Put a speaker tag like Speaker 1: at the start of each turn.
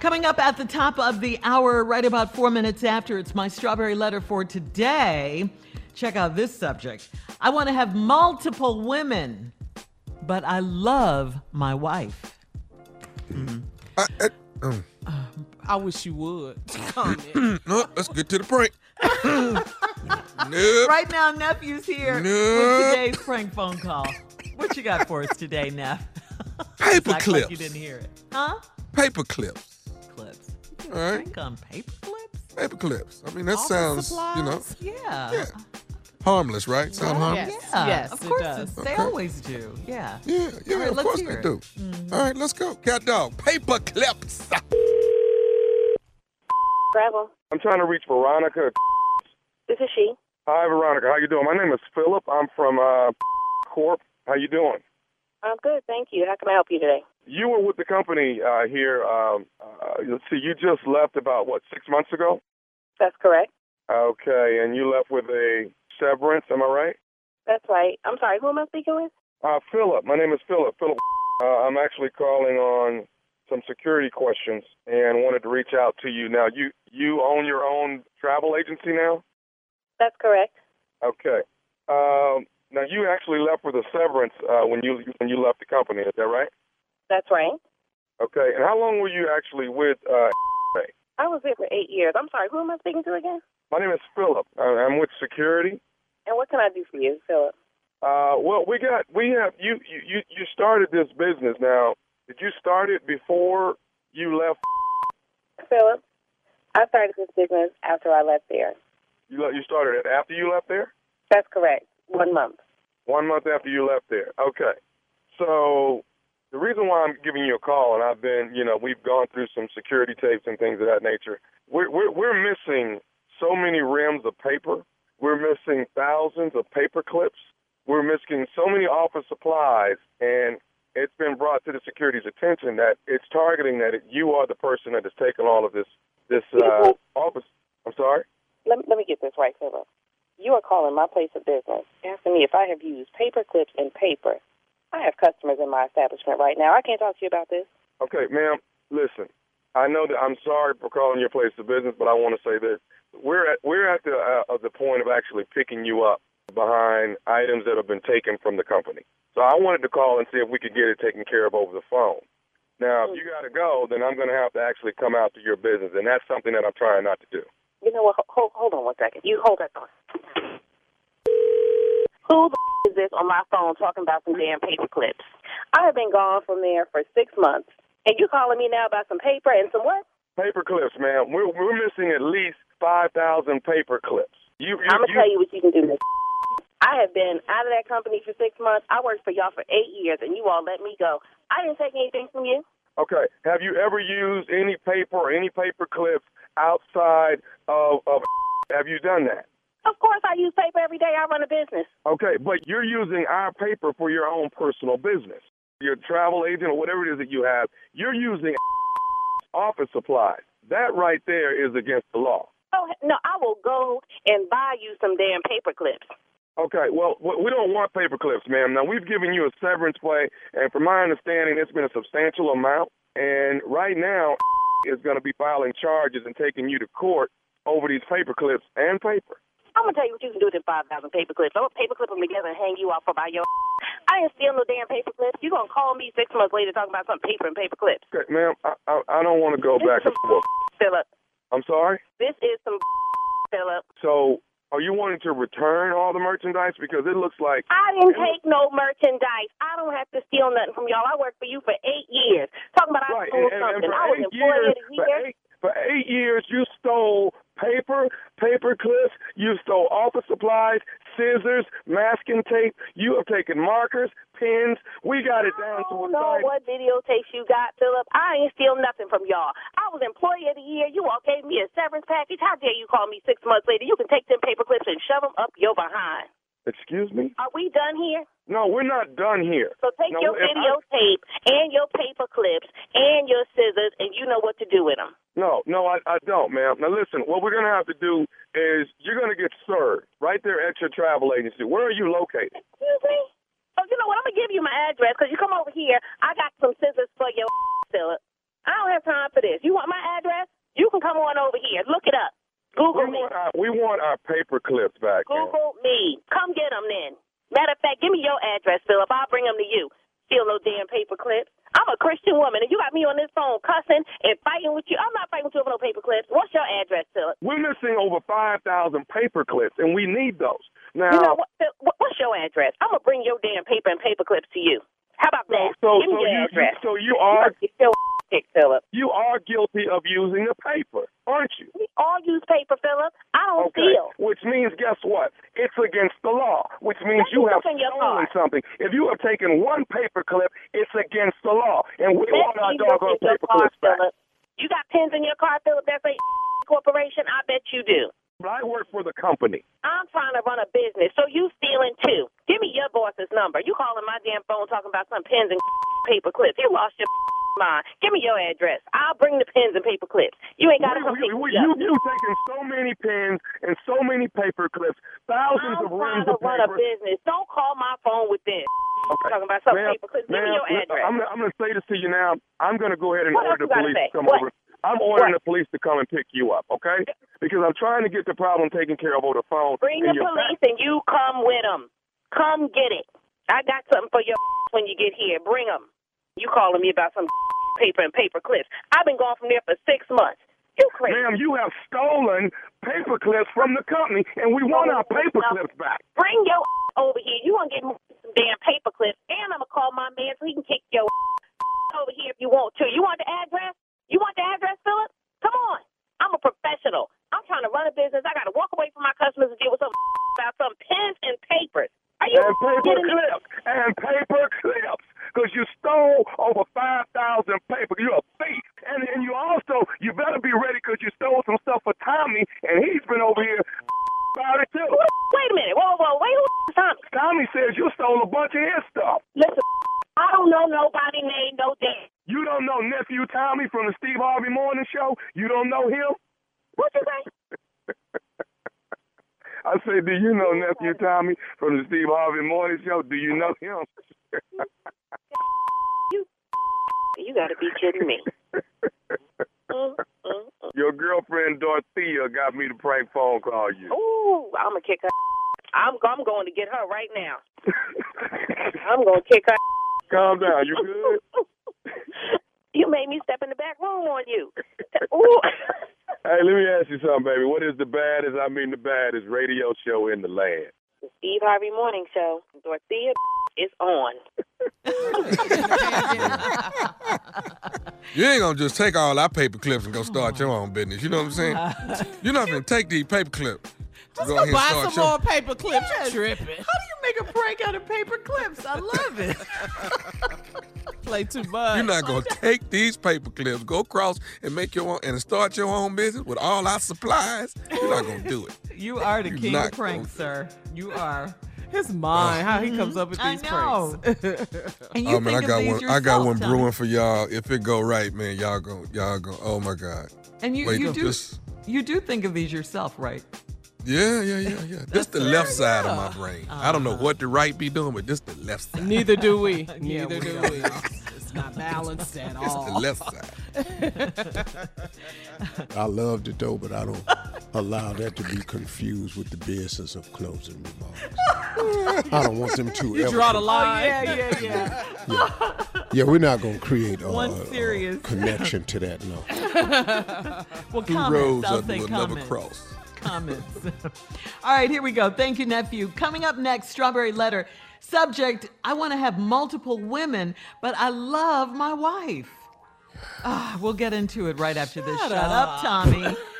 Speaker 1: Coming up at the top of the hour, right about four minutes after, it's my strawberry letter for today. Check out this subject. I want to have multiple women, but I love my wife.
Speaker 2: I, I, um,
Speaker 3: I wish you would. Comment.
Speaker 2: no, let's get to the prank. nope.
Speaker 1: Right now, Nephew's here with
Speaker 2: Nope.
Speaker 1: today's prank phone call. What you got for us today, Neph?
Speaker 2: Paper
Speaker 1: Act like you
Speaker 2: clips.
Speaker 1: didn't hear it. Huh?
Speaker 2: Paper clips.
Speaker 1: Clips.
Speaker 2: All right.
Speaker 1: Prank on paper clips?
Speaker 2: Paper clips. I mean, that
Speaker 1: Office
Speaker 2: sounds, you know,
Speaker 1: supplies? Yeah.
Speaker 2: yeah. harmless, right? Sound harmless?
Speaker 3: Yes.
Speaker 1: Yeah,
Speaker 3: Yes,
Speaker 1: of
Speaker 3: it
Speaker 1: course
Speaker 3: does.
Speaker 1: they
Speaker 2: Okay.
Speaker 1: always do. Yeah.
Speaker 2: Yeah, yeah,
Speaker 1: All right,
Speaker 2: of
Speaker 1: let's
Speaker 2: course
Speaker 1: hear
Speaker 2: they
Speaker 1: it. Mm.
Speaker 2: do. All right, let's go. Cat dog. Paper clips.
Speaker 4: Gravel.
Speaker 5: I'm trying to reach Veronica.
Speaker 4: This is she.
Speaker 5: Hi, Veronica. How you doing? My name is Philip. I'm from uh, Corp. How you doing?
Speaker 4: I'm good, thank you. How can I help you today?
Speaker 5: You were with the company uh, here. Um, uh, let's see. You just left about what six months ago.
Speaker 4: That's correct.
Speaker 5: Okay, and you left with a severance. Am I right?
Speaker 4: That's right. I'm sorry. Who am I speaking with?
Speaker 5: Uh, Philip. My name is Philip. Philip. Uh, I'm actually calling on some security questions and wanted to reach out to you. Now, you you own your own travel agency now.
Speaker 4: That's correct.
Speaker 5: Okay. Um, now you actually left with a severance uh, when you when you left the company. Is that right?
Speaker 4: That's right.
Speaker 5: Okay. And how long were you actually with? Uh,
Speaker 4: I was there for eight years. I'm sorry. Who am I speaking to again?
Speaker 5: my name is Philip. Uh, I'm with security.
Speaker 4: And what can I do for you, Philip?
Speaker 5: Uh, well, we got we have you you you- you started this business. Now, did you start it before you left?
Speaker 4: Philip, I started this business after I left there.
Speaker 5: You le- you started it after you left there.
Speaker 4: That's correct. One month.
Speaker 5: One month after you left there. Okay. So the reason why I'm giving you a call, and I've been, you know, we've gone through some security tapes and things of that nature. We're we're, we're missing so many rims of paper. We're missing thousands of paper clips. We're missing so many office supplies, and it's been brought to the security's attention that it's targeting that you are the person that has taken all of this this uh, office. I'm sorry.
Speaker 4: Let me, let me get this right, Philip. You are calling my place of business, asking me if I have used paper clips and paper. I have customers in my establishment right now. I can't talk to you about this.
Speaker 5: Okay, ma'am, listen. I know that I'm sorry for calling your place of business, but I want to say this. We're at we're at the uh, of the point of actually picking you up behind items that have been taken from the company. So I wanted to call and see if we could get it taken care of over the phone. Now, if you got to go, then I'm going to have to actually come out to your business, and that's something that I'm trying not to do.
Speaker 4: You know what? ho- Hold, hold on one second. You hold that thought. Who the is this on my phone talking about some damn paper clips? I have been gone from there for six months, and you calling me now about some paper and some what?
Speaker 5: Paper clips, ma'am. We're we're missing at least five thousand paper clips. You, you,
Speaker 4: I'm gonna
Speaker 5: you-
Speaker 4: tell you what you can do. Miss. I have been out of that company for six months. I worked for y'all for eight years, and you all let me go. I didn't take anything from you.
Speaker 5: Okay. Have you ever used any paper or any paper clips outside of, of have you done that?
Speaker 4: Of course, I use paper every day. I run a business.
Speaker 5: Okay, but you're using our paper for your own personal business. Your travel agent or whatever it is that you have, you're using office supplies. That right there is against the law.
Speaker 4: Oh no, I will go and buy you some damn paper clips.
Speaker 5: Okay, well, w- we don't want paper clips, ma'am. Now, we've given you a severance pay, and from my understanding, it's been a substantial amount. And right now, is going to be filing charges and taking you to court over these paper clips and paper.
Speaker 4: I'm gonna tell you what you can do with them five thousand paper clips. I'm gonna paper clip them together and hang you off about your. I ain't steal no damn paper clips. You gonna call me six months later talking about some paper and paper clips,
Speaker 5: Okay, ma'am, I, I, I don't want to go back and forth.
Speaker 4: Philip?
Speaker 5: I'm sorry.
Speaker 4: This is some Philip.
Speaker 5: So, are you wanting to return all the merchandise because it looks like
Speaker 4: I didn't take no merchandise. I don't have to steal nothing from y'all. I worked for you for eight years. Talking about I
Speaker 5: right
Speaker 4: stole
Speaker 5: and, and, and
Speaker 4: something.
Speaker 5: for
Speaker 4: I was
Speaker 5: eight
Speaker 4: employee
Speaker 5: years,
Speaker 4: of the
Speaker 5: for
Speaker 4: year.
Speaker 5: eight, for eight years you stole paper, paper clips, you stole office supplies, scissors, masking tape. You have taken markers, pens. We got it
Speaker 4: I
Speaker 5: down to a
Speaker 4: don't know
Speaker 5: science.
Speaker 4: what videotapes you got, Philip. I ain't steal nothing from y'all. I was employee of the year. You all gave me a severance package. How dare you call me six months later? You can take them paper clips and shove them up your behind.
Speaker 5: Excuse me?
Speaker 4: Are we done here?
Speaker 5: No, we're not done here.
Speaker 4: So take
Speaker 5: No,
Speaker 4: your
Speaker 5: if I-
Speaker 4: videotape and your paper clips and your scissors, and you know what to do with them.
Speaker 5: No, no, I, I don't, ma'am. Now listen, what we're gonna have to do is you're gonna get served right there at your travel agency. Where are you located?
Speaker 4: Excuse me? Oh, you know what? I'm going to give you my address because you come over here. I got some scissors for your Philip. I don't have time for this. You want my
Speaker 5: We
Speaker 4: Google me.
Speaker 5: want our, we want our paper clips back. man.
Speaker 4: Google me. Come get 'em then. Matter of fact, give me your address, Philip. I'll bring 'em to you. Still no damn paper clips. I'm a Christian woman, and you got me on this phone cussing and fighting with you. I'm not fighting with you over no paper clips. What's your address, Philip?
Speaker 5: We're missing over 5,000 paper clips, and we need those. Now,
Speaker 4: You know what? Phil, what- What's your address? I'm gonna bring your damn paper and paper clips to you. How about
Speaker 5: so,
Speaker 4: that?
Speaker 5: so,
Speaker 4: give me your
Speaker 5: so, you,
Speaker 4: address.
Speaker 5: so you are
Speaker 4: Get your kicked, Philip.
Speaker 5: you are guilty of using the paper, aren't you?
Speaker 4: We all use paper, Philip. I don't
Speaker 5: Okay.
Speaker 4: steal.
Speaker 5: Which means, guess what? It's against the law. Which means
Speaker 4: Let me
Speaker 5: you have
Speaker 4: look in your car.
Speaker 5: stolen something. If you have taken one paper clip, it's against the law, and we
Speaker 4: Let
Speaker 5: want our
Speaker 4: me look in your
Speaker 5: doggone paper
Speaker 4: car,
Speaker 5: clips back.
Speaker 4: Philip. You got pins in your car, Philip? That's a corporation. I bet you do.
Speaker 5: But I work for the company.
Speaker 4: I'm trying to run a business, so you stealing too. Give me your boss's number. You calling my damn phone talking about some pins and paper clips. You lost your mind. Give me your address. I'll bring the pins and paper clips. You ain't got to come
Speaker 5: We-
Speaker 4: pick
Speaker 5: we-
Speaker 4: me
Speaker 5: you,
Speaker 4: up.
Speaker 5: you've taken so many pens and so many paper clips, 1000s
Speaker 4: I'm
Speaker 5: of
Speaker 4: trying
Speaker 5: runs
Speaker 4: to
Speaker 5: of
Speaker 4: run a
Speaker 5: paper.
Speaker 4: business. Don't call my phone with this.
Speaker 5: Okay.
Speaker 4: Talking about some
Speaker 5: Ma'am,
Speaker 4: paper clips. Give me
Speaker 5: ma'am,
Speaker 4: your
Speaker 5: li-
Speaker 4: address.
Speaker 5: I'm, gonna- I'm going to say this to you now. I'm going to go ahead and
Speaker 4: What
Speaker 5: order
Speaker 4: else
Speaker 5: the
Speaker 4: you gotta
Speaker 5: police
Speaker 4: say?
Speaker 5: to come
Speaker 4: What?
Speaker 5: over. I'm ordering
Speaker 4: What?
Speaker 5: the police to come and pick you up, okay? Because I'm trying to get the problem taken care of over the phone.
Speaker 4: Bring
Speaker 5: and
Speaker 4: the
Speaker 5: your
Speaker 4: police
Speaker 5: back-
Speaker 4: and you come with 'em. Come get it. I got something for your when you get here. Bring 'em. You calling me about some paper and paper clips. I've been gone from there for six months. You crazy.
Speaker 5: Ma'am, you have stolen paper clips from the company, and we want our paper
Speaker 4: No.
Speaker 5: clips back.
Speaker 4: Bring your over here. You want to get me some damn paper clips. And I'm going to call my man so he can kick your over here if you want to. You want the address? You want the address, Philip? Come on. I'm a professional. I'm trying to run a business. I got to walk away from my customers and deal with some about some pens and papers. Are you
Speaker 5: And paper
Speaker 4: kidding me?
Speaker 5: clips. And paper clips. Because you stole over 5,000 paper. You're a thief. And, and you also, you better be ready because you stole some stuff for Tommy, and he's been over here about it too.
Speaker 4: Wait a minute. Whoa, whoa, wait. Who is Tommy?
Speaker 5: Tommy says you stole a bunch of his stuff.
Speaker 4: Listen, I don't know nobody named no damn.
Speaker 5: You don't know nephew Tommy from the Steve Harvey Morning Show. You don't know him.
Speaker 4: What you say?
Speaker 5: I say, do you know nephew Tommy from the Steve Harvey Morning Show? Do you know him?
Speaker 4: You got to be kidding me. Mm, mm, mm.
Speaker 5: Your girlfriend Dorothea got me to prank phone call you.
Speaker 4: Ooh, I'm gonna kick her. I'm I'm going to get her right now. I'm gonna kick her.
Speaker 5: Calm down. You good?
Speaker 4: you made me step in the back room on you. Ooh.
Speaker 5: Hey, let me ask you something, baby. What is the baddest? I mean, the baddest radio show in the land.
Speaker 4: The Steve Harvey Morning Show. Dorothea is on.
Speaker 2: You ain't gonna just take all our paper clips and go start your own business. You know what I'm saying? You're not gonna take these paper clips.
Speaker 3: Just
Speaker 2: Go
Speaker 3: go
Speaker 2: ahead and
Speaker 3: buy
Speaker 2: start
Speaker 3: some
Speaker 2: your-
Speaker 3: more paper clips.
Speaker 1: Yes.
Speaker 3: You tripping.
Speaker 1: How do you make a prank out of paper clips? I love it.
Speaker 3: Play too much.
Speaker 2: You're not gonna take these paper clips, go across and make your own and start your own business with all our supplies. You're not gonna do it.
Speaker 1: You are the
Speaker 2: You're
Speaker 1: king
Speaker 2: not
Speaker 1: of pranks, sir. You are.
Speaker 3: His mind, how he comes up with
Speaker 1: Mm-hmm. I
Speaker 3: these
Speaker 1: know.
Speaker 3: pranks.
Speaker 1: And you
Speaker 2: oh man,
Speaker 1: think
Speaker 2: I got
Speaker 1: of
Speaker 2: one.
Speaker 1: these
Speaker 2: I got
Speaker 1: yourself,
Speaker 2: one
Speaker 1: Tommy.
Speaker 2: brewing for y'all. If it go right, man, y'all go, y'all go. Oh my God.
Speaker 1: And you,
Speaker 2: Wait,
Speaker 1: you do
Speaker 2: this-
Speaker 1: you do think of these yourself, right?
Speaker 2: Yeah, yeah, yeah, yeah. This the left side of my brain.
Speaker 1: Uh-huh.
Speaker 2: I don't know what the right be doing, but this the left side.
Speaker 3: Neither do we. Neither
Speaker 1: we
Speaker 3: do
Speaker 1: don't.
Speaker 3: we. It's not balanced at
Speaker 2: It's
Speaker 3: all.
Speaker 2: the left side.
Speaker 6: I loved it though, but I don't allow that to be confused with the business of closing remarks. I don't want them to
Speaker 3: You
Speaker 6: ever.
Speaker 3: draw the line.
Speaker 1: Oh, yeah, yeah, yeah.
Speaker 6: yeah, we're not gonna create a,
Speaker 1: One
Speaker 6: a- a
Speaker 1: serious.
Speaker 6: connection to that. No,
Speaker 1: Well,
Speaker 2: Two
Speaker 1: comments.
Speaker 2: roads
Speaker 1: I'll
Speaker 2: up
Speaker 1: say
Speaker 2: will never
Speaker 1: comments.
Speaker 2: cross.
Speaker 1: Comments. All right, here we go. Thank you, nephew. Coming up next, Strawberry Letter. Subject: I want to have multiple women, but I love my wife. Ah, we'll get into it right after this. Shut up, Tommy.